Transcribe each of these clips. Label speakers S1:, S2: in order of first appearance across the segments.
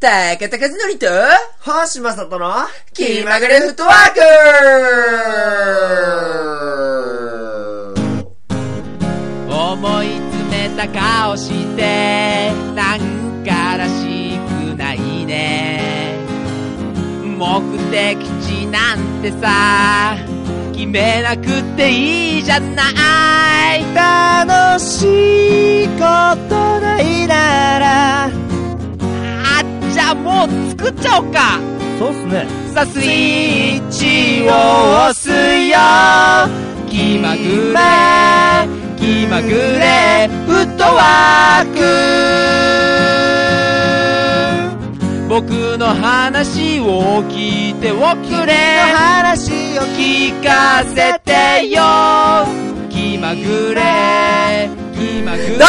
S1: たかたかずのりと、
S2: 星正人の
S1: 気まぐれフットワーク
S3: 思い詰めた顔してなんからしくないね目的地なんてさ決めなくていいじゃない
S2: 楽しいことないなら
S3: あじゃあもう作っちゃおうか
S2: そうっすね
S3: さあスイッチを押すよ気まぐれ気まぐれフットワーク僕の話を聞いておくれ
S2: 話を
S3: 聞かせてよ気まぐれ気まぐれ
S1: どう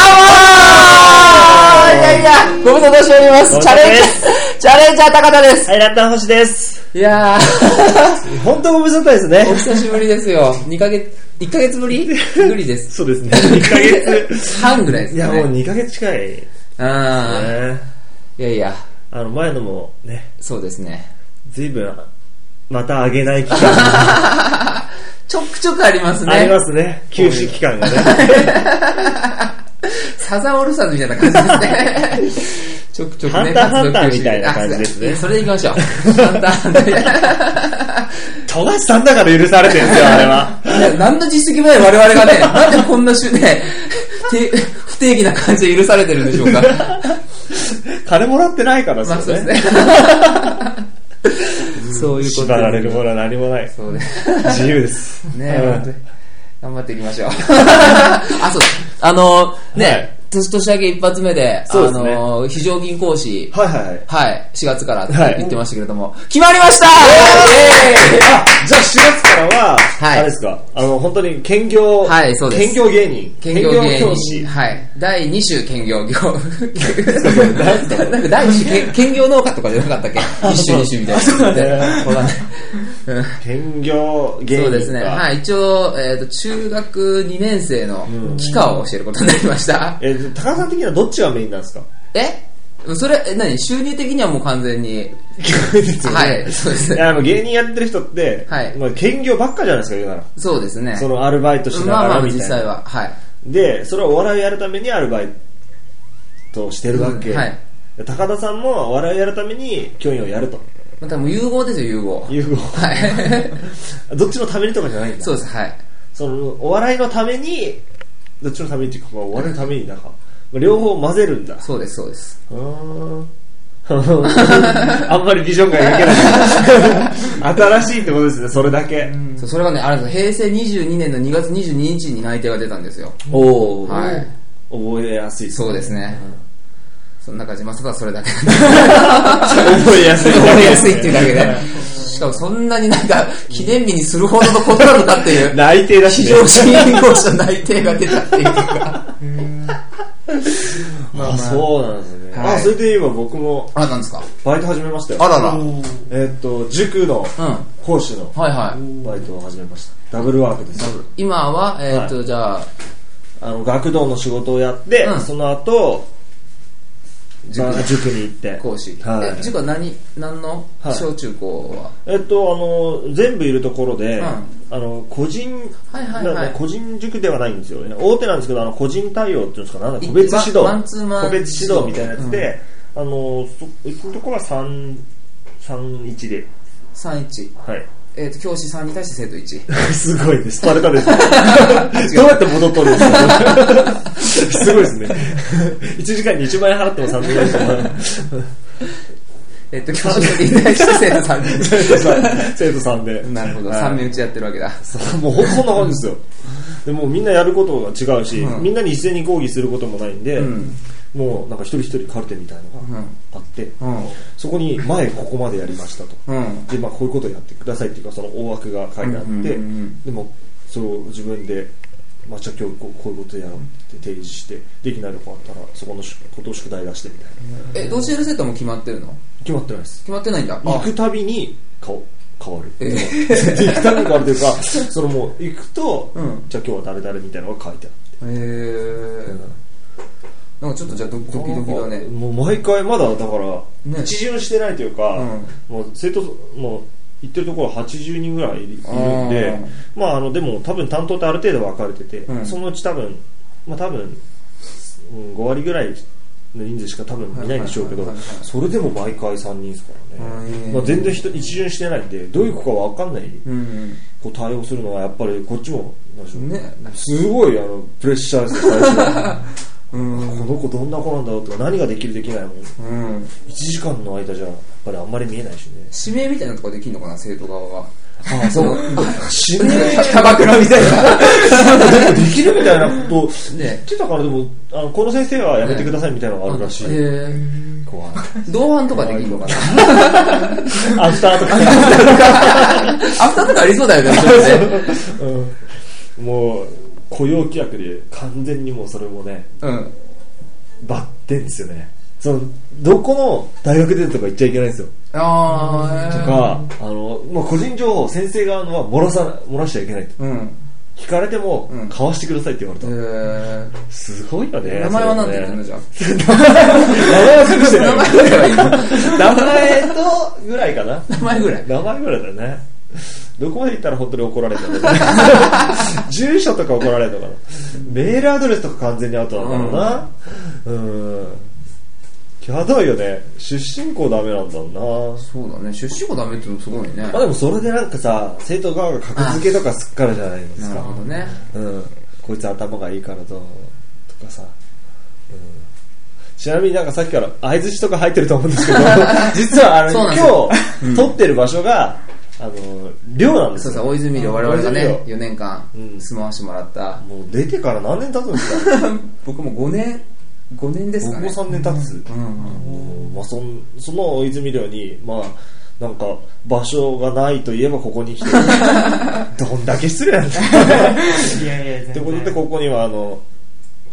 S1: もーいやいや、ご無沙汰しております。チャレンジャー、チャレンジャー高田です。
S2: はいラッタン星です
S1: いやー、
S2: 本当ご無沙汰ですね
S1: お久しぶりですよ。2ヶ月、1ヶ月ぶりぶりです。
S2: そうですね2ヶ月
S1: 半ぐらいです
S2: い
S1: か
S2: や
S1: ね。
S2: もう2ヶ月近いね
S1: あー、いやいや、
S2: あの前のもね
S1: そうですね。
S2: 随分また上げない期間
S1: ちょくちょくあります ね。
S2: ありますね休止期間がね
S1: サザンオールスターズみたいな感じですね。ちょくちょくね、
S2: ハンターハンターみたいな感じですね
S1: あそれで行きましょう。ハンターハンター。
S2: 富樫さんだから許されてるんですよあれはい
S1: や、何の実績もない我々がね、なんでこんな種ね、て不定義な感じで許されてるんでしょうか。
S2: 金もらってないから
S1: まあそうですね。そういうこと
S2: 縛られるものは何もない
S1: そうね。
S2: 自由です
S1: ね
S2: うん
S1: 本当に頑張っていきましょう。あ、そう。あの、ね、
S2: はい
S1: 年年明け一発目で、
S2: そうですね
S1: あの、非常勤講師、
S2: はいはいはい
S1: はい、4月からって
S2: はい
S1: 言ってましたけれども、決まりましたイエーイ
S2: あじゃあ4月からは、
S1: はい
S2: あれですかあの本当に兼業、
S1: はいそうです
S2: 兼業芸人
S1: 兼業芸
S2: 兼業教師
S1: 人。はい。第2週 兼業業。
S2: 何すか
S1: なんか第2週兼兼業農家とかじゃなかった っけ ?1 週2週みたいな。
S2: そうだね
S1: わかんない。うん
S2: 兼業芸人か
S1: そうですね。はい。一応、えっ、と、中学2年生の期間を教えることになりました。
S2: えー高田さん的にはどっちがメインなんです か
S1: えそれ、え何収入的にはもう完全に。はい。そうで す
S2: い
S1: ね。
S2: やあの芸人やってる人って、
S1: はい
S2: まあ、兼業ばっかじゃないですか言うなら
S1: そうですね。
S2: そのアルバイトしな
S1: まあ
S2: が
S1: まあ、
S2: らみ
S1: 実
S2: たいな、
S1: 際は。はい。
S2: でそれをお笑いやるためにアルバイトをしてるわけ、
S1: うんはい
S2: 高田さんもお笑いやるために教員をやると
S1: またもう融合ですよ、融 合。
S2: いう
S1: はい
S2: どっちのためにとかじゃないんだ
S1: そうです、はい。
S2: そのお笑いのためにどっちのためにっていうか、まあ、お笑いのためになんかまあ両方混ぜるんだ
S1: そうです、そうです。
S2: うーん あんまりビジョンが描け ない新しいってことですねそれだけ
S1: そうそれがね、あれです平成22年の2月22日に内定が出たんですよ。
S2: おお、
S1: はい
S2: 覚えやすい
S1: そうですね。そんな感じ、まあ、ただそれだけ。
S2: 覚えやすい
S1: 覚えや すいっていうだけで。しかもそんなになんか、記念日にするほどのこと なのかっていう、
S2: 内定だし、
S1: 非
S2: ね、
S1: 常勤講師の内定が出た っていうか。
S2: あ、そうなんですね、
S1: はい
S2: あそれで言えば僕も
S1: あ、なんですか
S2: バイト始めましたよ
S1: あらら。うん。
S2: えーっと塾の
S1: は
S2: 講師の
S1: いはい。
S2: バイトを始めましたダブルワークです
S1: 今は、えーっと、じゃあ、
S2: あの学童の仕事をやって、
S1: うん
S2: その後
S1: 塾
S2: まあ塾に行って
S1: 講師。
S2: はい
S1: え塾は何、何の
S2: はい
S1: 小中高は
S2: えっとあの全部いるところで、
S1: うん
S2: あの個人、
S1: はいはいはい
S2: なんか個人塾ではないんですよね大手なんですけどあの個人対応っていうんですかなんだ
S1: い
S2: 個別指導
S1: ワンワンツーマン
S2: 個別指導みたいなやつで、あのそ行くところは3 31で
S1: 3-1。
S2: はい
S1: えーっと、教師3に対して生徒1。
S2: すごいですスパルタ ですねどうやって戻っとるんですかすごいですね1時間に1万円払っても3分ぐらいしか
S1: えっと、教職に対して生徒さん
S2: 生徒さん生徒さんで
S1: に。なるほど、
S2: はい
S1: 三面打ちやってるわけだ。
S2: もうほんとそんな感じですよでもうみんなやることが違うし、
S1: うん
S2: みんなに一斉に抗議することもないんで、
S1: うん
S2: もうなんか一人一人カルテみたいのがあって、
S1: うん。
S2: そこに前ここまでやりましたと
S1: うん。
S2: で、まあ、こういうことをやってくださいっていうかその大枠が書いてあって、
S1: うんうんうん
S2: でもそれを自分で、まあ、じゃあ今日こうこういうことやろうって提示してできないとこあったらそこのことを宿題出してみたいな
S1: え、教える生徒も決まってるの
S2: 決まってないです
S1: 決まってないんだ。
S2: 行
S1: あ
S2: くたびに顔変わる
S1: えー
S2: 行くためにあるというか、 そのもう行くと、
S1: うん
S2: じゃあ今日は誰々みたいなのが書いてあ
S1: えー
S2: る。
S1: なんかちょっとじゃあドドキドキだね。
S2: もう毎回まだだから、
S1: ね
S2: 一巡してないというか、
S1: うん
S2: もう生徒もう行ってるところ80人ぐらいいるんでまああのでも多分担当ってある程度分かれてて、
S1: うん
S2: そのうち多分まあ多分、うん、5割ぐらいの人数しか多分いないんでしょうけど
S1: はいはいはいはいはい
S2: それでも毎回3人ですからね、
S1: うん
S2: まあ、全然人一巡してないんでどういう子か分かんない
S1: うん
S2: こう対応するのはやっぱりこっちもなんでしょう
S1: ね
S2: すごいあのプレッシャーですよ最初
S1: うん
S2: この子どんな子なんだろうとか何ができるできないもん
S1: うん
S2: 1時間の間じゃやっぱりあんまり見えないしね
S1: 指名みたいなとこできんのかな生徒側は
S2: ああそう死ぬ
S1: キャバクラみたい な
S2: できるみたいなこと言
S1: ね
S2: ってたからでもあのこの先生はやめてくださいみたいなのがあるらしい、
S1: へー
S2: 怖い
S1: 同伴とかできんの かな
S2: アフターとか、
S1: アフターとかあ りそうだよね
S2: うん、もう雇用規約で完全にもうそれもね
S1: うん
S2: バッテンですよねそのどこの大学でとか言っちゃいけないんですよ
S1: あ
S2: と
S1: あ
S2: か、あの、まあ、個人情報、先生側のは漏らさ、漏らしちゃいけないと。
S1: うん
S2: 聞かれても
S1: うん、
S2: かわしてくださいって言われ
S1: え
S2: た。
S1: ー
S2: すごいよね。
S1: 名前は何て
S2: それ
S1: 言
S2: ね
S1: ってんのじゃあ
S2: 名前は隠して
S1: 名前
S2: な
S1: ぐらい
S2: い。名前と、ぐらいかな。
S1: 名前ぐらい
S2: 名前ぐらいだね。どこまで行ったら本当に怒られたのかね 住所とか怒られるのかな。メールアドレスとか完全にアウトなんだろうな。うん。やだよね。出身校ダメなんだろうな。
S1: そうだね出資校ダメってのもすごいね
S2: まあでもそれでなんかさ、生徒側が格付けとかすっからじゃないです
S1: な
S2: か。
S1: るほどね
S2: うん。こいつ頭がいいからどうとかさ。うんちなみになんかさっきから相づちとか入ってると思うん ですけど、実はあ
S1: そうなんです
S2: の、今日撮ってる場所が、あの、寮なんです
S1: そうさ
S2: よ。
S1: 大泉寮我々が
S2: 大泉
S1: ね
S2: 寮
S1: 4年間
S2: うん
S1: 住まわしてもらった
S2: もう出てから何年経つんですか
S1: 僕も5年5年です
S2: 僕
S1: かね
S2: も3年経つ。
S1: うん
S2: うんまあ、そんその大泉寮に、まあ、なんか場所がないといえばここに来 てどんだけ失礼なんだ
S4: いやいや全然
S2: ってことでここにはあの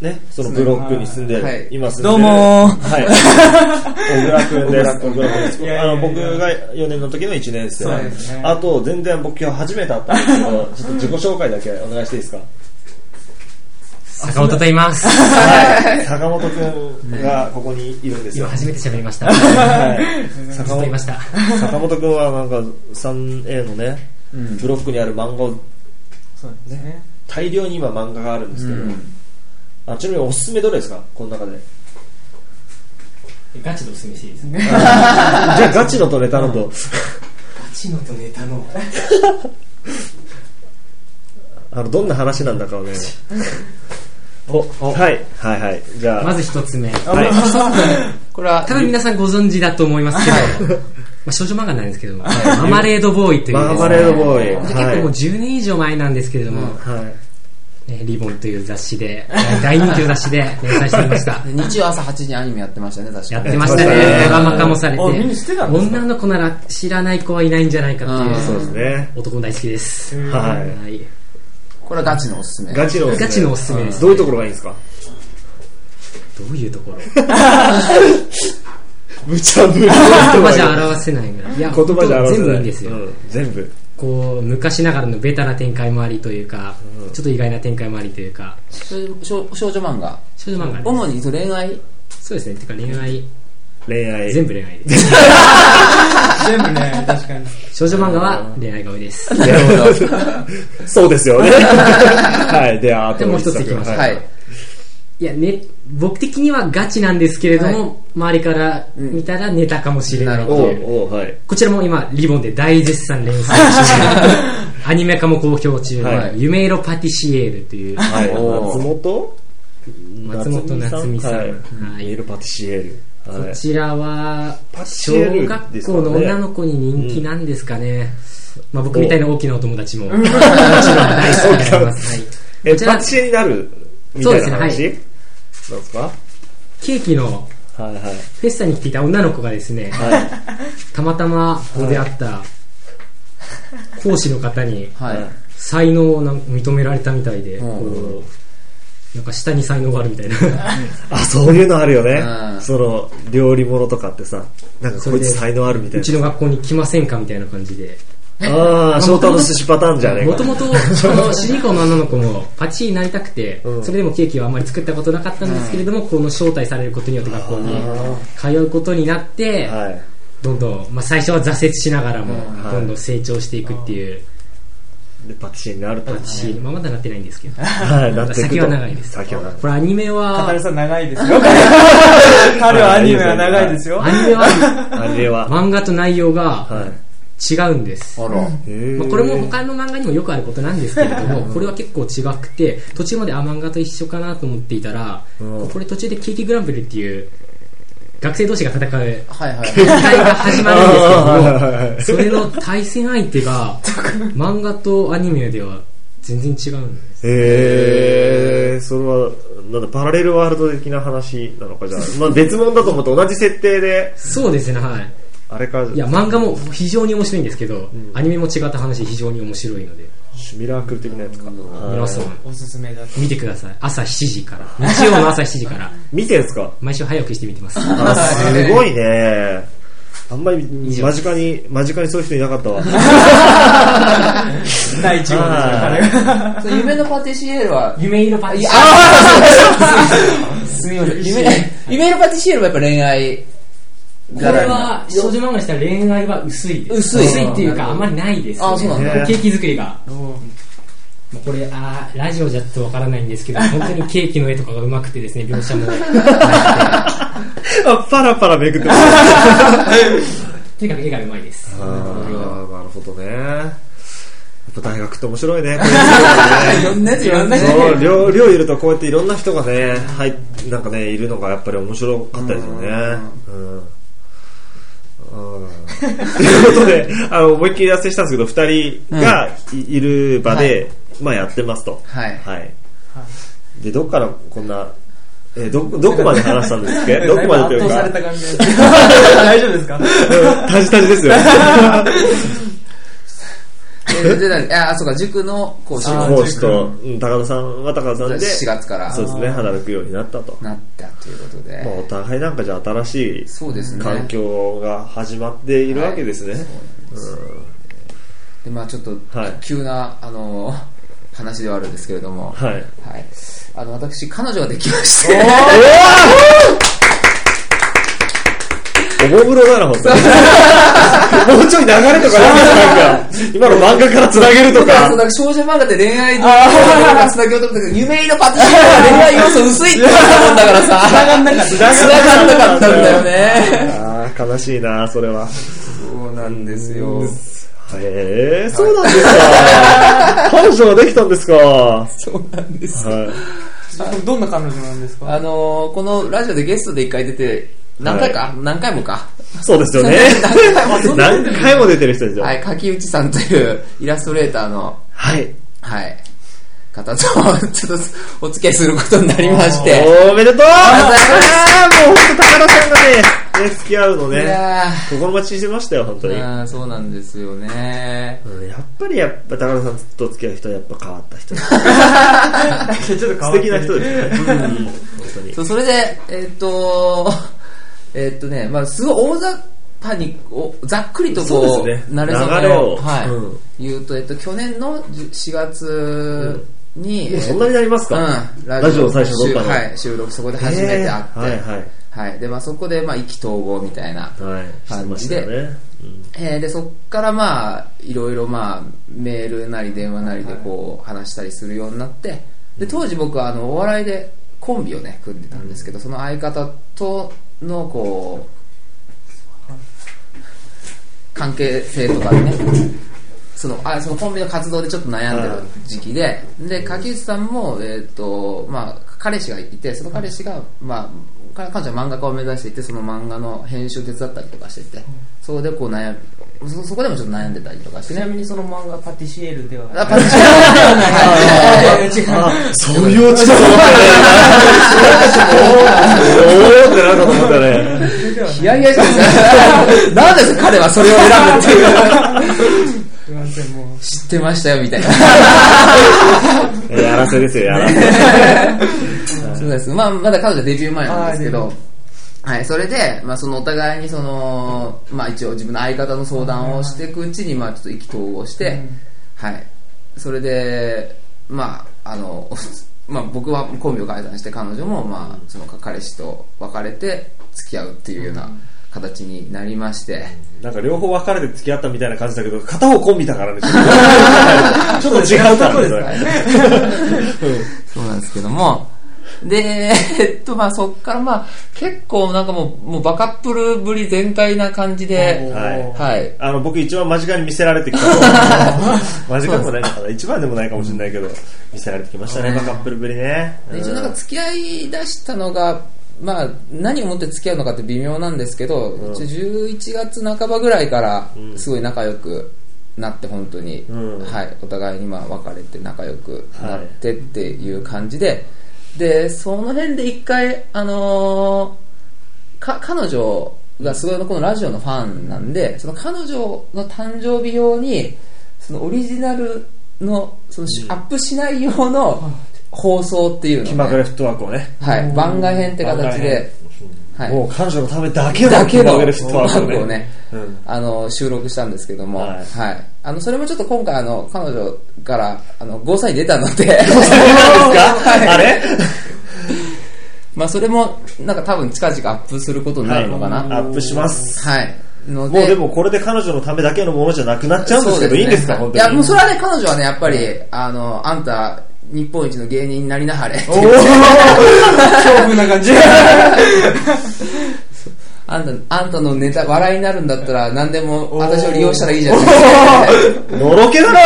S2: ねそのブロックに住んでる、
S1: はい
S2: 今住んでる
S5: どうもー
S2: はい小倉君です小
S1: 小倉
S2: 倉
S1: 君
S2: 君
S1: で
S2: ですす
S4: いやいや
S2: あ
S4: いや
S2: の僕が4年の時の1年生
S4: そうですね
S2: あと全然僕今日初めて会ったんですけどちょっと自己紹介だけお願いしていいですか
S5: 坂本と言います。
S2: はい坂本君がここにいるんですよ
S5: 今初めて喋りました。
S2: はい
S5: ずっと言いました。
S2: 坂本君はなんか 3A のね、ブロックにある漫画を
S4: そうですね
S2: 大量に今漫画があるんですけど、あちなみにおすすめどれですかこの中で
S5: ガチのおすすめしていいですか
S2: じゃあガチのとネタのと
S5: ガチのとネタの。
S2: あのどんな話なんだかを ねおはいはいはいじゃあ
S5: まず一つ目。
S2: はい
S1: これは
S5: 多分皆さんご存知だと思いますけど、まあ少女漫画なんですけど、マーマレードボーイというです
S2: マ
S5: ね。
S2: ーマレードボーイ
S5: 結
S2: はい
S5: 構もう10年以上前なんですけれども、
S2: はい
S5: ねリボンという雑誌で、大人気の 雑誌で連載していました。
S1: 日曜朝8時にアニメやってましたね確か
S5: やってました
S2: やってました
S5: ね。
S2: ね
S5: ドラマ化もされて。
S2: あみんな知ってたんですか
S5: 女の子なら知らない子はいないんじゃないかっ
S1: う
S5: て
S1: ん
S5: い
S2: そう
S5: う。
S2: ですね
S5: 男大好きです。
S2: は
S5: はい。
S1: これはガチのおすすめ
S2: いガチのおすすめ
S5: ガチのおすすめです
S2: どういうところがいいんですか
S5: どういうところ
S2: 無茶ぶり言
S5: 言葉じゃ表せないぐらい。いや、
S2: 葉じゃ表せな
S5: 全部
S2: い
S5: いいんですよ。
S2: うん全部
S5: こう、昔ながらのベタな展開もありというか、ちょっと意外な展開もありというか、
S1: 少少女漫画
S5: 少女漫画です。
S1: 主に恋愛
S5: そうですね。てか恋愛、
S2: 恋愛
S5: 全部恋愛です。
S4: 全部ね確かに
S5: 少女漫画は恋愛が多い です。
S2: なるほど。 そうです よね。はい。で、あ
S5: で
S2: と
S5: もう一ついきます
S1: はい
S5: いや、ね、僕的にはガチなんですけれども、周りから見たらネタかもしれないって
S2: お
S5: いう。
S2: うおうはい。
S5: こちらも今、リボンで大絶賛連載中 アニメ化も好評中の、
S2: はい
S5: 夢色パティシエールという、
S2: はい。
S1: お
S2: 松
S1: う
S2: 本
S5: 松本夏実さん。
S2: はい
S5: は
S2: メ
S5: い
S2: ールパティシエール。は
S5: こ
S2: い。
S5: ちらは
S2: パ、ッシ
S5: 小
S2: エルですかね
S5: 学校の女の子に人気なんですかね。まあ僕みたいな大きなお友達も、もちろん大好きになります。はい。
S2: え、
S5: こち
S2: パ
S5: ら
S2: ティ、シエになるみたいな話
S5: そうで
S2: なんですか
S5: ケーキの
S2: はいはい。
S5: フェスタに来ていた女の子がですね、
S2: は
S5: たまたま出会った講師の方に
S1: はい、
S2: はい
S5: 才能をなんか認められたみたいで、
S1: うん
S5: こうなんか下に才能があるみたいな。
S2: あ、そういうのあるよね
S1: う。ん
S2: その、料理物とかってさ、なんかこいつ才能あるみたいう
S5: ち
S2: な。
S5: の学校に来ませんかみたいな感じで、
S2: ああ、翔太の寿司パターンじゃねえか。
S5: もとも と、その主人公の女の子もパチになりたくて
S2: う、ん
S5: それでもケーキはあんまり作ったことなかったんですけれども、この招待されることによって学校に通うことになって、
S2: はい。
S5: どんどん、まあ最初は挫折しながらも
S2: ん、はい
S5: どんどん成長していくっていう、
S2: で、パティシエになると。
S5: 私、まあまだなってないんですけど。
S2: はい、なっていくと。
S5: 先は長いです
S2: 先は長い。
S5: これアニメは
S4: カタ、ルさん長いですよ。彼はアニメは長いですよ。
S5: アニ メは
S2: あれは。
S5: 漫画と内容が
S2: は
S5: 違うんです。
S1: あら。
S2: い。へえ
S5: まあ、これも他の漫画にもよくあることなんですけれども、これは結構違くて、途中まであ、漫画と一緒かなと思っていたら、
S2: うん
S5: これ途中でケーキグランプリっていう、学生同士が戦う
S1: はいはい。
S5: 戦いが始まるん
S2: あーはいはいは
S5: で
S2: い
S5: すけども、それの対戦相手 が、漫画とアニメでは全然違うんです。
S2: へえそれは、なんだ、パラレルワールド的な話なのかじゃあ。まあ別物だと思って同じ設定で、
S5: そうですね、はい。
S2: あれか、
S5: いや、漫画も非常に面白いんですけど、アニメも違った話非常に面白いので、
S2: ミラークル的なやつか。
S5: 皆さん
S4: おすすめだと。
S5: 見てください。朝7時から。日曜の朝7時から。
S2: 見てんすか
S5: 毎週早くして見て ます。
S2: あすごいね。あんまり間近に、間近にそういう人いなかったわ。あー
S4: 第1号ですよ、彼が。
S1: それ夢のパティシエールは、
S5: 夢色パ
S1: い
S5: イ
S1: や、
S5: あ
S1: あーすみませ ん。すみません。夢、夢のパティシエールはやっぱ恋愛
S5: これは少女漫画にしたら恋愛は薄いです
S1: 薄い
S5: 薄いっていうかあんまりないです、ね、
S1: あそうなん
S2: だ
S5: こケーキ作りがもうこれあーラジオじゃちょっとわからないんですけど本当にケーキの絵とかがうまくてですね描写も
S2: あパラパラめくってます。
S5: とにかく絵がうまいです
S2: あーなるほどね。やっぱ大学って面白いね。
S1: いろんなやついろんなやつ
S2: そう寮寮いるとこうやっていろんな人がね、はい、なんかね、いるのがやっぱり面白かったですよね。うん。うんということで、あの、思いっきり脱線したんですけど、二人がい,、る場で、まあやってますと。
S1: はい
S2: はい。で、どっからこんな、えーど、どこまで話したんですっけどこまでという
S4: 圧倒さ
S2: か
S4: れ、た感じです。大丈夫ですか
S2: うんタジタジですよ。
S1: えで何あ、そうか、塾の講師
S4: あ
S1: を
S2: 講師と、うん高田さんは高田さんで、
S1: 4月から
S2: そうですね、働くようになったと。
S1: なったということ
S2: まあ、お
S1: で。
S2: 互いなんかじゃあ新しい
S1: そうですね
S2: 環境が始まっているわけですね。
S1: で、まあちょっと
S2: はい、
S1: 急な、あの、話ではあるんですけれども。
S2: はい。
S1: はい。あの、私、彼女ができまして。
S2: おもむろだな、本当 に。もうちょい流れとかなんですか今の漫画から繋げると
S1: だから
S2: か
S1: その。なんか少女漫画で恋愛のつなげようと思ったけど、夢のパティシエは恋愛要素薄いって言ったもんだからさ、 繋がんなかった。繋がんなかったんだよね。
S2: ああ、悲しいな、それは。
S1: そうなんですよ。
S2: へえ、そうなんですか。彼女ができたんですか。は
S1: そうなんです。
S2: い。
S4: どんな彼女なんです
S1: あ
S4: か
S1: のー、このラジオでゲストで一回出て、何回か何回もか。
S2: そうですよね。何回も出てる人ですよ。
S1: はい、柿内さんというイラストレーターの、
S2: はい。
S1: はい、方と、ちょっとお付き合いすることになりまして。
S2: おめでとうあー
S1: ありがとうございます
S2: もう本当高田さんがね、ね付き合うの
S1: い
S2: ね、
S1: や
S2: 心待ちにしてましたよ、本当に。
S1: ー
S2: う
S1: あーそうなんですよね。
S2: んやっぱりやっぱ高田さんと付き合う人はやっぱ変わった人です。
S4: ちょっと変わ
S2: 素
S4: ってる
S2: 敵な人ですね。うん本当に。
S1: そうそれで、えーっと、えーっとね、まあ、すごい大雑把に、おざっくりと
S2: そ
S1: こ
S2: う
S1: う、
S2: ですね
S1: なれそ
S2: 流れを
S1: はい、
S2: うん
S1: 言うと、えーっと、去年の4月に、
S2: もう
S1: えー
S2: そんなになりますか
S1: うん、
S2: ラジオ最初どっかの。
S1: はい、収録そこで初めて会っ
S2: え
S1: て、
S2: ーはいはい。
S1: はい、で、まあ、そこで、まあ、意気投合みたいな。
S2: はい。して
S1: 感
S2: ま
S1: じ
S2: し
S1: で
S2: たよね。
S1: えーで、そっからまあ、いろいろまあ、メールなり電話なりでこう、話したりするようになって、で、当時僕はあの、お笑いでコンビをね、組んでたんですけど、その相方とのこう、関係性とかでね、その、あ、そのコンビの活動でちょっと悩んでる時期で、で、柿内さんも、えっ、と、まあ、彼氏がいて、その彼氏が、まあ、か彼女は漫画家を目指していて、その漫画の編集手伝ったりとかしてて、そこでこう悩み、そそこでもちょっと悩んでたりとかして
S4: ち
S1: ね
S4: な。みにその漫画パティシエールでは
S1: あ、パッチンでは ないはい
S4: 違う。
S2: あ、 そういうオチだと思ったね。 おーってなるかと思ったね。
S4: それではな い
S1: いやいやいや、なんで彼はそれを選ぶっていう。
S4: すいません、もう。
S1: 知ってましたよ、みたいな。
S2: えーやらせですよ、やらせ。
S1: そうです。まあ、まだ彼女はデビュー前なんですけど、はい、それで、まあ、そのお互いにその、まあ、一応自分の相方の相談をしていくうちに、まあ、ちょっと意気投合して、はい、それで、まああの まあ、僕はコンビを解散して彼女も、まあ、その彼氏と別れて付き合うっていうような形になりまして、
S2: なんか両方別れて付き合ったみたいな感じだけど、片方コンビだから ね、ちょっとちょっと違うからね。
S1: そうなんですけども、で、えっと、まあ、そっから、まあ、結構、なんかもう、もう、バカップルぶり全開な感じで、
S2: はい
S1: はい。
S2: あの、僕一番間近に見せられてきたと思うんです けど。間近でもないのかな一番でもないかもしれないけど、見せられてきましたね、バカップルぶりね。
S1: で一応、なんか、付き合い出したのが、まあ、何をもって付き合うのかって微妙なんですけど、一応11月半ばぐらいから、すごい仲良くなって、本当に、
S2: うん
S1: はい、お互いに、まあ、別れて仲良くなってっていう感じで、で、その辺で一回、あのーか彼女がすごいこのラジオのファンなんでその彼女の誕生日用にそのオリジナルのそのしアップしない用の放送っていう
S2: 気
S1: の
S2: ま
S1: を
S2: ぐ
S1: ね、
S2: れフットワークをね。
S1: はい、番外編って形で、はい、
S2: もう彼女のためだけ
S1: だ
S2: の
S1: け
S2: 気
S1: の
S2: まぐれフットワークをね。
S1: バッグを
S2: うん
S1: あの収録したんですけども、
S2: は
S1: はいいあのそれもちょっと今回あの彼女からあのゴーサイン出たの
S2: そう
S1: で
S2: なんですか、
S1: はい
S2: あれ
S1: まあそれもなんか多分近々アップすることになるのかな、
S2: アップします。
S1: はいの
S2: もうでもこれで彼女のためだけのものじゃなくなっちゃうんですけど、いいんですか、
S1: そう
S2: 本
S1: ねい
S2: 当
S1: や、も
S2: に
S1: う。それはね、彼女はね、やっぱり、あの、あんた、日本一の芸人になりなはれって
S2: お
S1: いう
S4: 恐怖な感じ。
S1: あんた、あんたのネタ、笑いになるんだったら、何でも私を利用したらいいじゃん。
S2: ーのろけ だな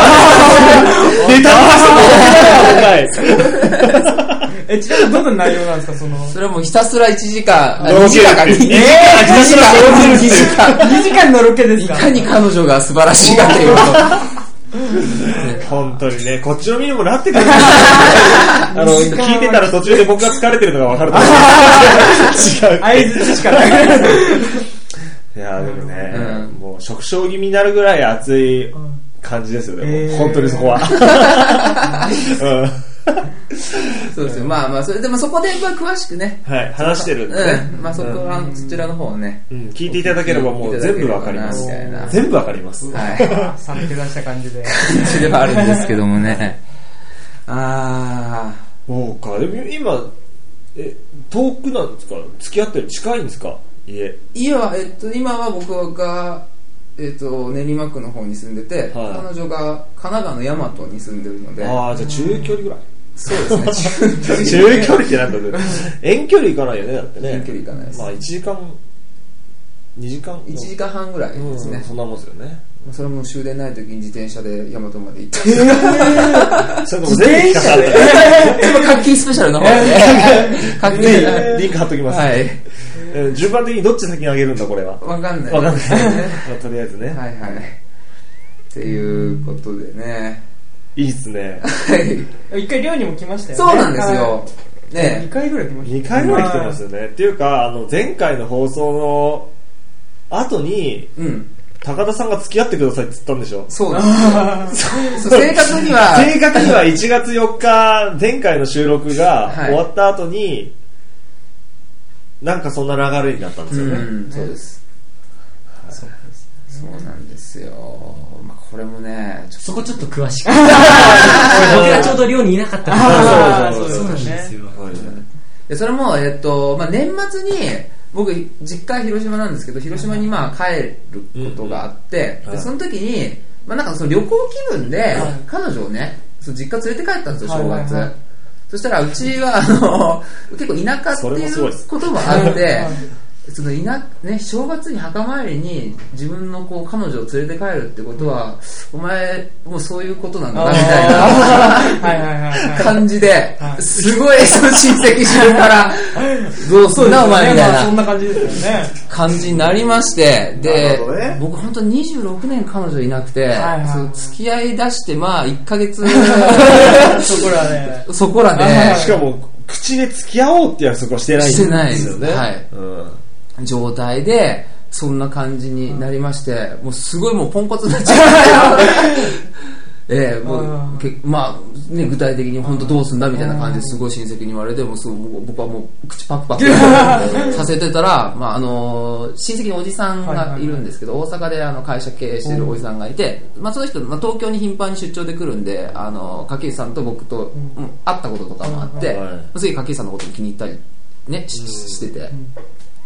S2: ネタ出してのろけだな、今回。
S4: え、ちなみにどんな内容なんですか、その。
S1: それはもうひたすら1時間、あ
S2: のろ
S1: 2
S2: け
S1: 時間か、2時間、2時間、2時間。
S4: 2時間のロケです
S1: い
S4: か
S1: かに彼女が素晴らしいかという
S2: 本当にね、こっちの身にもな ってくるんですよあの、聞いてたら途中で僕が疲れてるのがわかると思う 違う。
S4: 合図しかない。
S2: いやーでもね、
S1: うん
S2: もう、食傷気味になるぐらい熱い感じですよね、
S4: うん
S2: もう本当にそこ は。
S1: そうですよ。まあまあ、それでもそこで、まあ、詳しくね。
S2: うんはい、話してるんでね。
S1: うん。まあ、そこは、そちらの方 をね。
S2: うん聞いていただければもう全部わかります
S1: 聞いていただければなみたいな。
S2: 全部わかります。
S1: はい。
S4: さ抜け出した感じで。
S1: 感じではあるんですけどもね。ああ。
S2: そうか、でも今、え、遠くなんですか付き合ってる近いんですか家。
S1: 家は、えっと、今は僕が、えっと、練馬区の方に住んでて、
S2: はい
S1: 彼女が神奈川の大和に住んでるので、
S2: ああ、じゃあ中距離ぐらい。
S1: そうですね、
S2: 中距離ってなんだろう遠距離行かないよね、だってね。
S1: 遠距離行かないです
S2: まあ1時間、2時間。
S1: 1時間半ぐらいです
S2: う
S1: ね
S2: ん、そんなもんですよね。
S1: まあそれも終電ない時に自転車で大和まで行って、
S2: それとも全部聞かされた
S1: でも活気スペシャルの 方で、活気スペシャ
S2: ね
S1: ル
S2: リンク貼っときます。
S1: はい、
S2: えー順番的にどっち先にあげるんだ、これは。
S1: わかんない、
S2: わかんない。 まあとりあえずね。
S1: はいはい、っていうことでね、
S2: いいっすね。
S1: はい
S4: 一回寮にも来ましたよね。
S1: そうなんですよ、
S4: はい。二
S1: ね
S4: 回ぐらい来ました。
S2: 2回ぐらい来てますよね。っていうか、あの、前回の放送の後に、
S1: うん、
S2: 高田さんが付き合ってくださいって言ったんでしょ
S1: そ うですそう、正確には、
S2: 正確には1月4日、前回の収録が
S1: はい
S2: 終わった後に、なんかそんな流れになったんですよね。
S1: うん、そうです、そうなんですよ、まあ、これもねちょっ
S5: そこちょっと詳しく。僕がちょうど寮にいなかった
S2: あ
S5: から、
S2: ーそうそうそう
S5: なんですよ。
S2: はい
S1: とでそれも、えっとまあ、年末に僕実家広島なんですけど広島にまあ帰ることがあって、
S2: うん
S1: でその時に、まあ、なんかその旅行気分で彼女をねその実家連れて帰ったんですよ正
S4: はい
S1: 月、
S4: はいはい
S1: そしたらうちはあの結構田舎って
S2: それもす
S1: い
S2: ごいで
S1: う
S2: す
S1: こともあっ
S4: はい
S1: て
S4: は。
S1: そのいなね、正月に墓参りに自分のこう彼女を連れて帰るってことは、お前もうそういうこと なんだなみたいな
S4: はいはいはい はい。
S1: 感じで
S4: は、い
S1: すごいその親戚中から、どうすんなお前み
S4: まあ
S1: た
S4: そ
S1: い
S4: ん
S1: な
S4: な感じですよね。
S1: 感じになりまして、
S2: なる
S1: で
S2: ほどね、
S1: 僕本当に26年彼女いなくて
S4: はいはい、
S1: その付き合い出してまあ1ヶ 月
S4: そこらね。
S1: そこら
S4: は
S2: し
S1: で
S2: かも、口で付き合おうって約束はしてないん
S1: してない
S2: ですよね。
S1: はい
S2: うん
S1: 状態で、 そんな感じになりまして、もうすごいもうポンコツになっちゃって。ええも
S4: あ
S1: う
S4: ー
S1: けまあね具体的に本当どうすんだみたいな感じですごい親戚に言われてもうすごい僕はもう口パクパク させてたら、まああの親戚のおじさんがいるんですけど、大阪であの会社経営してるおじさんがいて、まあ、その人、まあ、東京に頻繁に出張で来るんであの筧さんと僕と、うん会ったこととかもあって、
S2: はい
S1: まあすげえ筧さんのことも気に入ったり、ね、ししてて。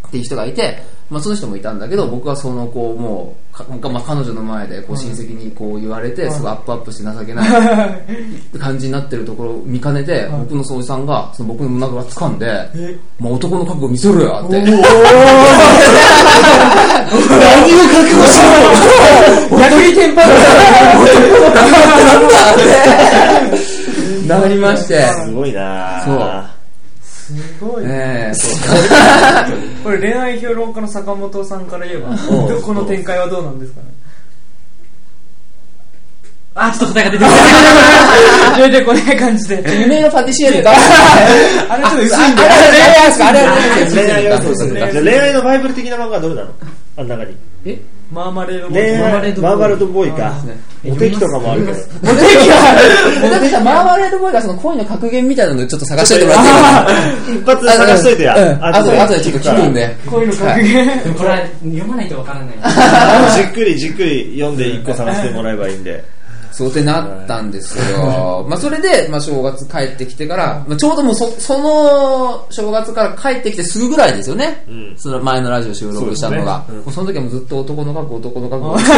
S1: っていう人がいて、まあ、その人もいたんだけど僕はそのこうもうか、まあ、彼女の前でこう親戚にこう言われて、すごいアップアップして情け ない感じになってるところを見かねて、僕の総司さんがその僕の胸ぐら掴んで
S4: え
S1: 「もう男の覚悟見せろよ」って
S4: おー逆にテンパる
S1: なりまして
S2: すごいな
S1: そう
S4: すごい
S1: ええそう
S4: これ恋愛評論家の坂本さんから言えば
S2: ん
S4: どこの展開はどうなんですかね
S5: あ、ちょっと答えが出てきた。
S4: 出てこない感じで
S1: 夢のパティシエでか
S4: あれちょっと薄いんだ
S1: あ
S4: よ
S1: れですかあれ
S2: 恋愛要素です
S4: ね
S2: ねじゃあ恋愛のバイブル的な漫画はどれなのあの中に
S1: え
S4: マーマレード
S2: 恋愛
S5: マーマレードボーイ
S2: マーマレードボーイか
S1: そうですね
S2: モテキとかもあるけど
S1: モテキはだってさマーマレードボーイがその恋の格言みたいなのちょっと探しといてもらっていい かな
S2: 一発探しといてや
S1: うんあとで、あとでちょっと聞くん
S2: で
S1: で。
S4: 恋の格言
S5: でもこれは読まないとわからない。
S2: じっくりじっくり読んで一個探してもらえばいいんで
S1: そうってなったんですよ。 まあ、それで、まあ、正月帰ってきてから、まあ、ちょうどもうそ、その、正月から帰ってきてすぐぐらいですよね。
S2: ん
S1: その前のラジオ収録したのが。
S2: そうですねうん
S1: もうその時はもうずっと男の覚悟、男の 覚悟。ず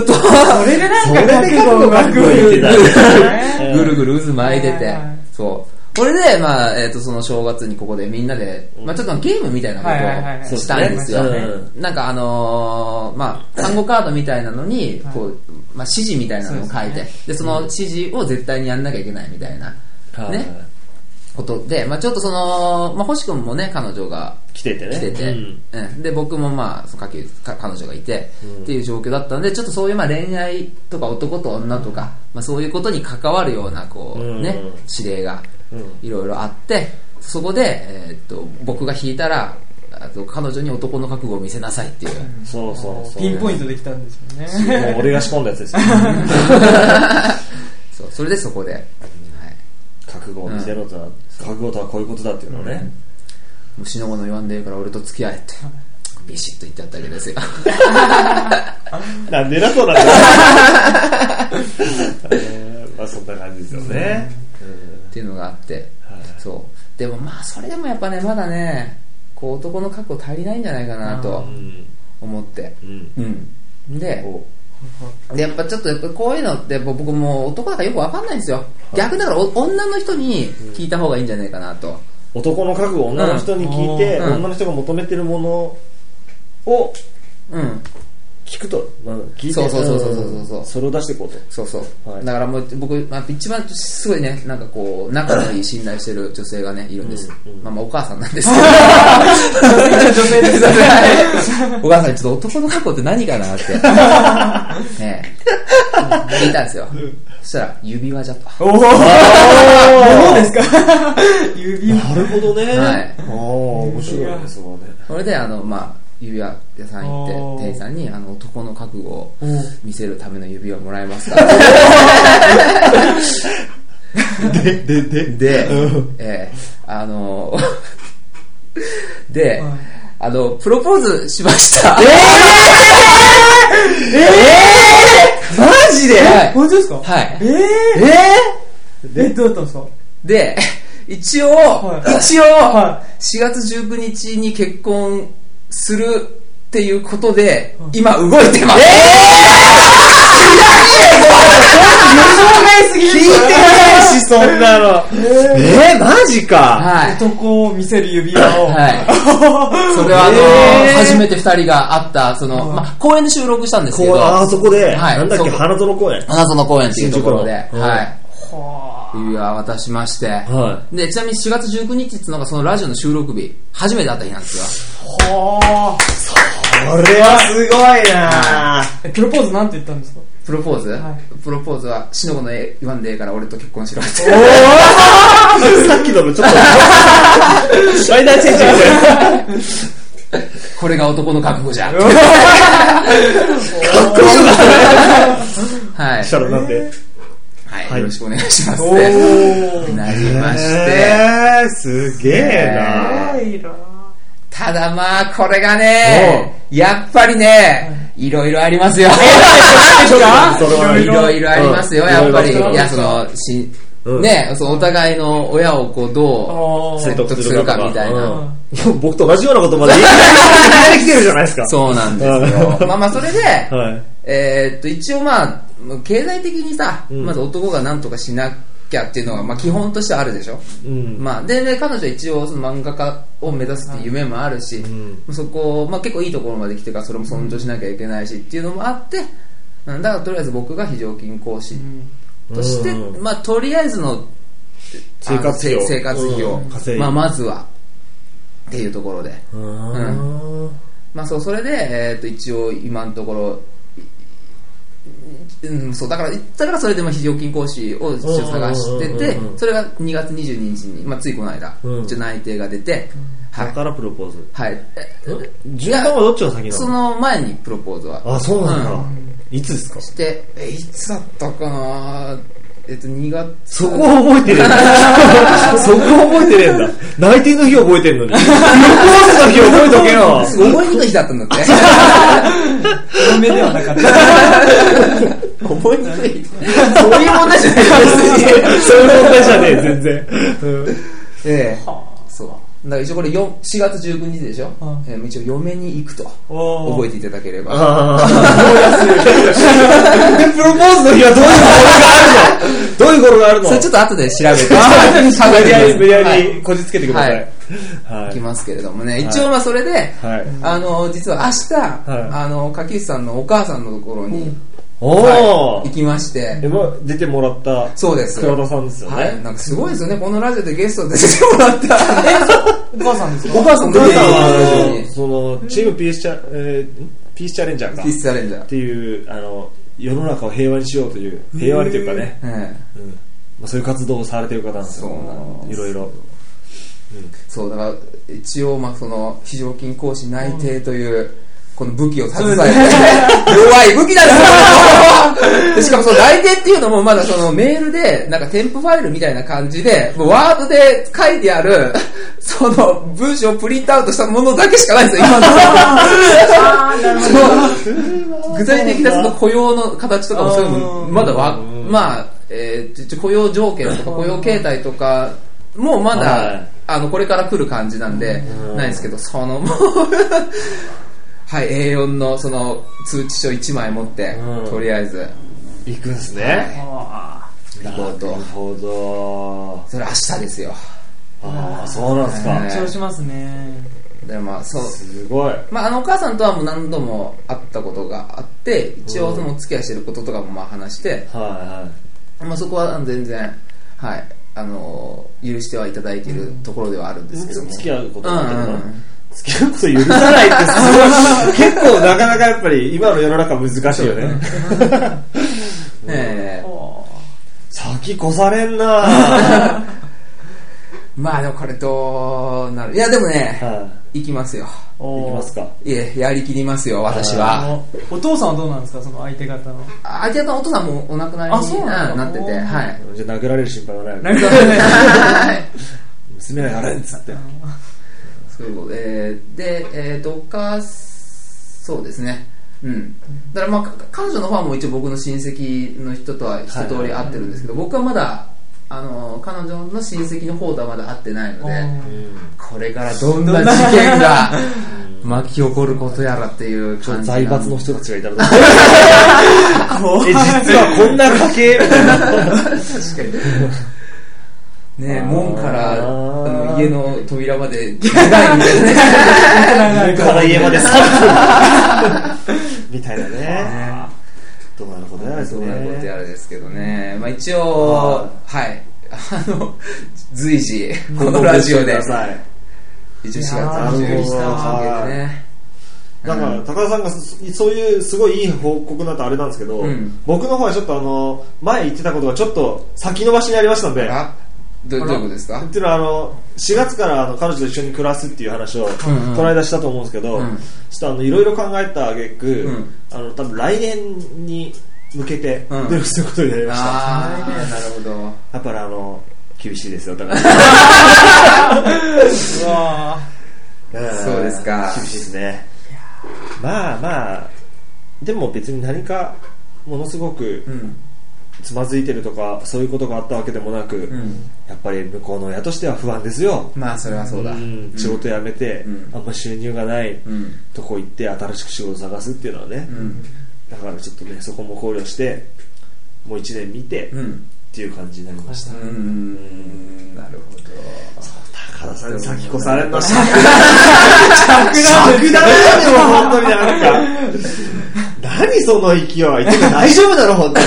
S1: ーっと、
S4: それでなんか
S2: それで覚悟が
S4: 覚悟
S2: 言ってた
S4: ね
S1: ぐるぐる渦巻いてて
S4: はい。
S1: そう。これで、まあ、えっ、と、その正月にここでみんなで、まあ、ちょっとゲームみたいな
S4: はいはいはいはい
S1: ことをしたんですよ
S2: そうですねう。
S1: なんかあのーまあ、単語カードみたいなのに、こう、まあ、指示みたいなのを書いて、で、その指示を絶対にやんなきゃいけないみたいな、ね、ことで、まあ、ちょっとその、まあ、星君もね、彼女が、
S2: 来ててね
S1: 来てて、
S2: うん
S1: うんで僕もまあそのかけか彼女がいて、っていう状況だったのでちょっとそういうまあ恋愛とか男と女とか、まあ、そういうことに関わるようなこう、
S2: うん
S1: ね指令が
S2: う
S1: いろいろあってそこで、えーっと僕が引いたらあと彼女に男の覚悟を見せなさいっていう。
S2: そうそうそう
S4: ピンポイントできたんですよね
S2: もう俺が仕込んだやつ ですよ
S1: そうそれでそこで、はい、
S2: 覚悟を見せろとは覚悟とはこういうことだっていうのをね
S1: もう死のもの言わんでいいから俺と付き合えってビシッと言ってやったわけ ですよ
S2: なんで偉そうなん だえーまあそんな感じですよね
S1: っていうのがあって
S2: はい
S1: そうでもまあそれでもやっぱねまだねこう男の覚悟足りないんじゃないかなと
S2: うん
S1: 思って
S2: うん
S1: うんで
S2: お
S1: でやっぱちょっとやっぱこういうのって僕もう男だからよくわかんないんですよ逆だからお女の人に聞いた方がいいんじゃないかなと
S2: 男の覚悟を女の人に聞いて、
S1: うん
S2: 女の人が求めてるものを
S1: うん
S2: 聞くと、まあ、聞いて
S1: そうそうそうそうそうそうん
S2: それを出していこうと
S1: そうそう、
S2: はい
S1: だからもう僕、まあ、一番すごいねなんかこう仲のいい信頼してる女性がねいるんです、
S2: うんうん
S1: まあ、まあお母さんな んですけど お母さんにちょっと男の過去って何 かなってねえ聞いたんですよそしたら 指輪じゃと
S4: おおそうですか 指輪
S2: なるほどね、
S1: はい
S2: ああ面白いですもんね
S1: それであのまあ指輪屋さん行って
S4: おー
S1: 店員さんにあの男の覚悟を
S4: お
S1: 見せるための指輪もらえ ますかって
S2: ででで
S1: で
S2: うん、
S1: ええあの で、
S4: はい
S1: あの、プロポーズしました。ええマジではい。
S4: 本当ですか
S1: はい
S4: えーえどうだったんですか
S1: で、一応、
S4: い
S1: 一応、
S4: は
S1: 4月19日に結婚するっていうことで、
S4: はい
S1: 今動いてます。
S4: 考えすぎ
S2: 聞いてないしそんなのえー、マジか
S1: はい。
S4: 男を見せる指輪を。
S1: はい。それはあの、
S2: えー
S1: 初めて二人が会った、その、
S4: はい
S1: まあ、公園で収録したんですけ
S2: こう
S1: ど、
S2: ああそこで、
S1: はい
S2: なんだっけ
S1: そう
S2: 花園公園
S1: 花園公園っていうところで、
S2: 新宿の
S1: はい。指輪渡しまして、
S2: は
S1: で、ちなみに4月19日っていうのがそのラジオの収録日、初めて会った日なんですよ。
S4: ほー
S2: これはすごいな
S4: えプロポーズなんて言ったんですか
S1: プロポーズ、
S4: は
S1: プロポーズは、しのこの絵言わんでええから俺と結婚しろって。
S2: さっきののちょっと最大チェンジみたいな
S1: これが男の覚 悟じゃ。はい。
S2: したらなんで。
S1: は。
S2: はいい
S1: よろしくお願いします。
S2: おー
S1: なりまして
S2: えー、すげえ
S4: いな
S1: ただまあ、これがね、やっぱりね、いろいろありますよ。
S2: な。それはい
S1: ろいろありますよ、
S2: うん
S1: やっぱり。
S2: いろいろあ
S1: い
S2: りま
S1: や、
S2: す
S1: その、し
S2: うん
S1: ね、そうお互いの親をこう、どう
S4: あー
S1: 説得するかみたいな。
S2: うんいや僕と同じようなことまで言いながら来てるじゃない ですか。
S1: そうなんですよ。まあまあ、それで、
S2: はい。
S1: えーっと、一応まあ、経済的にさ、
S2: うん
S1: まず男が何とかしなきゃっていうのが、まあ基本としてはあるでしょ。
S2: うん。
S1: まあ、で、ね、彼女は一応その漫画家を目指すっていう夢もあるし、
S2: ん
S1: そこを、まあ、結構いいところまで来てからそれも尊重しなきゃいけないしっていうのもあってうんだからとりあえず僕が非常勤講師 として、
S2: うん
S1: まあ、とりあえずの
S2: 生活費を
S1: あのせ生活費を
S2: うん稼い
S1: まあ、まずはっていうところで、
S2: うーん
S1: まあ、そうそれで、えー、と一応今のところいうん、そうだからだからそれでも非常勤講師を一応探してて
S2: うんうんうんうんうん
S1: それが2月22日に、まあ、ついこの間、
S2: うん
S1: 一応内定が出て、は
S2: だ
S1: い
S2: からプロポーズ。
S1: はい、
S2: ん順番はどっちが先なの
S1: その前にプロポーズは
S2: あ、そうなんだ。
S1: う
S2: いつですか
S1: してえいつだったかなえっと2月
S2: そこは覚えてねえんだ。 そこは覚えてねえんだ。内定の日覚えてんのに。プロ ポーズの日覚えとけよ。
S1: 思いにくい日だった んだって
S4: 多めではなかった。
S1: 思いにくいそういう問題じゃないです
S2: そういう問題じゃねえ、全然。
S1: ええそうだから一応これよん4月19日でしょ、
S4: うん
S1: えー一応嫁に行くと
S4: おー
S1: 覚えていただ ければ
S2: あで、プロポーズの日はどういう頃があるのどういう頃があるの
S1: それちょっと後で調べて
S2: 無理やり、
S1: 探
S2: 無理や
S1: はい
S2: りこじつけてください。はい
S1: き
S2: い。
S1: ますけれどもね一応まあそれで、
S2: はい。
S1: あの実は明日、あの柿内さんのお母さんのところに、
S2: お
S1: 行
S2: ー
S1: きまして
S2: でも出てもらった、
S1: そうです
S2: 倉田さんですよ
S1: はい、
S2: ね。
S1: なんかすごいですよね、このラジオでゲストで出てもら った。
S4: お母さんですか
S1: お母さん
S2: お
S1: 出
S2: 母
S1: て
S2: さんは
S1: る
S2: あの、その、チームピースチャ、えーピースチャレンジャーか。
S1: ピースチャレンジャ
S2: っ
S1: ー。
S2: ていう、あの、世の中を平和にしようという、平和にというかね、
S1: ええ
S2: うんまあそういう活動をされてる方なんですよ。
S1: そうなんで
S2: い
S1: す
S2: ろいろ。
S1: そう、だから、一応、まあ、その、非常勤講師内定という、この武器を携えて、 弱い武器なんですよ でしかも、その内定っていうのも、まだそのメールで、なんか添付ファイルみたいな感じで、もうワードで書いてある、 その文章をプリントアウトしたものだけしかないんですよ、今の。その具体的なその雇用の形とかもそういうのまだわ
S2: うん
S1: まあ、えーちょ雇用条件とか雇用形態とかもま
S2: は
S1: だ
S2: い
S1: あのこれから来る感じなんで
S2: うん
S1: ないんですけどそのもう はい A4 のその通知書1枚持って
S2: うん
S1: とりあえず
S2: 行くんですね。
S1: 行こう
S2: な
S1: と
S2: るほど。
S1: それ明日ですよ
S2: ああ、そうなんです
S1: ね
S2: か。
S4: 緊張しますね。
S1: でまあそう
S2: すごい。
S1: まあ、あのお母さんとはもう何度も会ったことがあって一応そのお付き合いしてることとかもまあ話して
S2: は
S1: まあ、そこはあの全然、はいあのー許してはいただいているところではあるん
S2: い
S1: です
S2: はい。
S1: けども、
S2: 付き合うこと
S1: うん
S2: だけ
S1: う
S2: どな
S1: んうん
S2: 付き合うこと許さないってすごい。結構なかなかやっぱり今の世の中難しいよね。
S1: ええ
S2: 先越されんな
S1: まあでもこれどうなるいやでもね
S2: は
S1: 行きますよ
S2: い。行きますか。
S1: いえやりきりますよ私
S4: あ
S1: は
S4: のお父さんはどうなんですかその相手方の。
S1: あ相手方のお父さんもお亡くなり
S4: あそ
S1: に
S4: うなんだ
S1: なっててはい
S2: じゃあ殴られる心配はない。 娘はやれんっつって。
S1: そういうことで、で、えー、とお母そうですね、うん、だから、まあ、か彼女の方はもう一応僕の親戚の人とは一通り会ってるんですけど、僕はまだあの彼女の親戚の方とはまだ会ってないので、これからどんな事件が巻き起こることやらっていう
S2: ちょっ
S1: 感
S2: と
S1: じ
S2: 財閥の
S1: 人
S2: 人たちがいたらどうするえ、実はこんな家系みたいな。
S1: 確かにねえ門からあ
S2: あー
S1: の家の 扉まで長いみたいなね
S2: 上から家まで3分。みたいなね。どうなることやらです
S1: そう
S2: ね
S1: な。ことやらですけどね、まあ、一応、はい、あの随時、このラジオで
S2: ご報告してくだ、さい
S1: 一応4月
S2: いやー
S1: 27日でね、
S2: だから高田さんがそそういうすごいいい報告だとあれなんですけど、
S1: うん
S2: 僕の方はちょっとあの前言ってたことがちょっと先延ばしになりましたんで
S1: あどどういうことですか
S2: っていうのはあの4月からあの彼女と一緒に暮らすっていう話を
S1: んうん
S2: この間したと思うんですけど、
S1: うん
S2: ちょっといろいろ考えた挙句、
S1: ん
S2: あの多分来年に向けて
S1: うん
S2: 努力することになりました、
S1: ああ、なるほど。
S2: やっぱりあの厳しいですよだからん
S1: そうですか
S2: 厳しいですねまあまあでも別に何かものすごく
S1: うん。
S2: つまずいてるとかそういうことがあったわけでもなく、
S1: うん。
S2: やっぱり向こうの親としては不安ですよ
S1: まあ、それはそうだ。う。
S2: うんん仕事辞めて、
S1: うん
S2: あんま収入がない、
S1: うん。
S2: とこ行って新しく仕事探すっていうのはね、だからちょっとねそこも考慮してもう1年見て、
S1: う
S2: っ
S1: ん。
S2: ていう感じになりました、
S1: うん。なるほど。
S2: 高田さんに先越され ました着弾だよ本当になん か何その 勢いてか大丈夫だろ本当に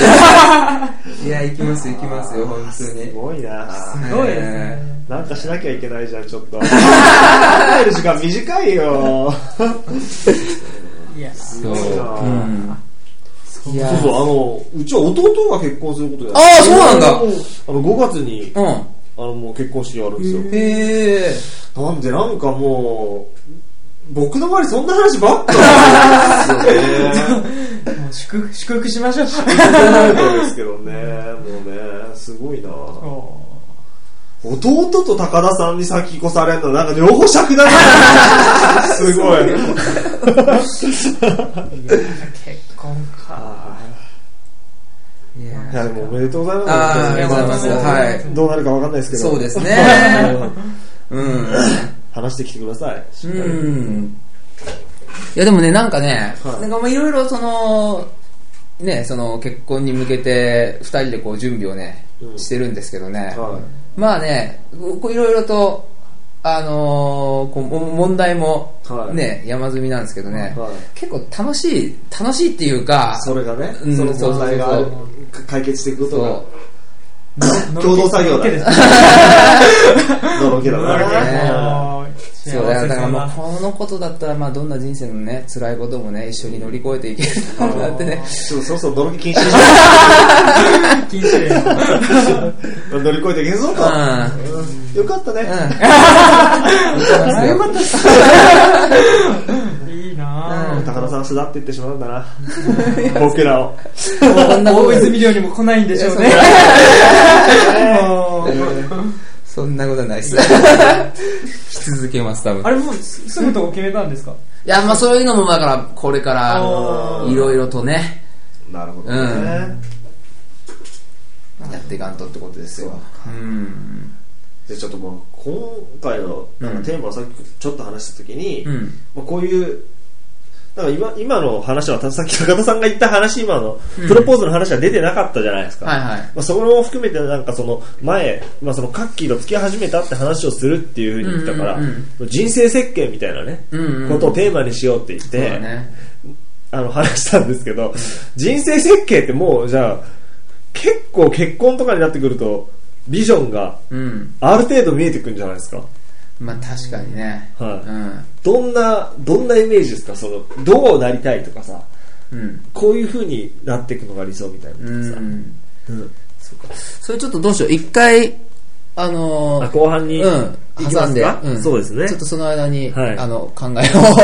S1: いや、行きます、行きますよ、本当
S2: す
S1: に。
S2: ごいな
S1: すごいですね。
S2: なんかしなきゃいけないじゃんちょっ と考える時間短いよ
S1: そう。
S2: うん
S1: いや
S2: そうそうあのうちは弟が結婚することで
S1: ああそうなんだ
S2: あの5月に
S1: う
S2: あのもう結婚式があるんですよ、
S1: ん。へえ。
S2: なんでなんかもう、僕の周りそんな話ばっかなんですよね。
S4: もう祝福祝福しましょ う。
S2: そうですけどね、もうね、すごいな弟と高田さんに先越されるの、なんか両方尺 だなすご い。
S4: 結婚か。
S1: い
S2: いや、で
S1: や
S2: もおめでとうございます。
S1: あーありがとうございますはい
S2: どうなるかわかんないですけど。
S1: そうですねうん。
S2: 話してきてください。しっ
S1: う
S2: かり
S1: ん。いや、でもね、なんかね、
S2: はい
S1: なんかまあいろいろその、ね、その結婚に向けて、二人でこう準備をね
S2: う、ん
S1: してるんですけどね。
S2: は
S1: まあね、こういろいろと、あのーこうも問題も
S2: はい
S1: ね、山積みなんですけどね、
S2: はい
S1: 結構楽しい、楽しいっていうか、
S2: いそれがね、
S1: うん
S2: その問題がある
S1: そうそ
S2: 解決していくことが
S1: そ。
S2: 共同作業だ
S4: だけ です。
S2: のろけだ
S4: のろけ
S2: な。
S4: も
S1: そう
S4: う幸せそう
S1: だだからまあ
S4: な
S1: このことだったらまあどんな人生のね辛いこともね一緒に乗り越えていけるだろうなってね
S2: ちょっとそろそろのろけ禁止にし
S4: 禁止令
S2: よう乗り越えていけるぞと。
S1: うん
S2: よかったね。
S1: うん。よかったですよ。
S4: いいなぁ。
S2: 高田さん巣立っていってしまうんだな。僕ら を。
S1: こんなこと
S4: 大泉寮にも来ないんでしょうね。もう
S1: そんなことはない です。し続けます、多分。
S4: あれもう住むとこ決めたんですか
S1: いや、まあそういうのもだから、これから、
S4: あ
S2: ー
S1: いろいろとね、
S2: なるほど
S1: う
S2: ね。
S1: やっていかんとってことですよ。うん。
S2: で、ちょっともう、今回のなんかテーマをさっきちょっと話したときに
S1: う、ん。
S2: まあこういう、なんか今今の話は、さっき高田さんが言った話、今のプロポーズの話は出てなかったじゃないですか。
S1: はいはい。
S2: まあ、それも含めてなんかその前、まあ、そのカッキーと付き始めたって話をするっていうふうに言ったから、
S1: うんうん
S2: 人生設計みたいなね、
S1: うんうんうん
S2: ことをテーマにしようって言って、
S1: そうだね。
S2: あの話したんですけど、人生設計ってもうじゃあ結構結婚とかになってくるとビジョンが
S1: うん。
S2: ある程度見えてくるんじゃないですか
S1: まあ確かにね。
S2: はどんなどんなイメージですかそのどうなりたいとかさ
S1: うん。うん。
S2: こういうふうになっていくのが理想みたいな
S1: う
S2: とかさ、
S1: ん。
S2: うん
S1: それちょっとどうしよう。一回、あのー
S2: あ後半に、
S1: うん。
S2: 行き
S1: 挟
S2: ま
S1: ん
S2: す
S1: で
S2: か、
S1: ん
S2: そうですね
S1: ちょっとその間に、
S2: はい
S1: あの、 考えを。
S4: 考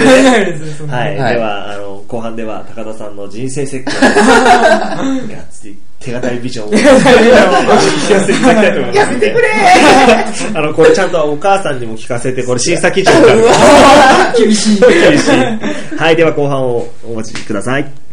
S4: えないですね、そんな。
S2: はい、
S1: はい
S2: ではあの後半では高田さんの人生設計がっつり手堅いビジョンを聞かせていただきたいと思いますやめてくれあのこれちゃんとお母さんにも聞かせてこれ審査基準がある厳しい厳しいはいでは後半をお待ちください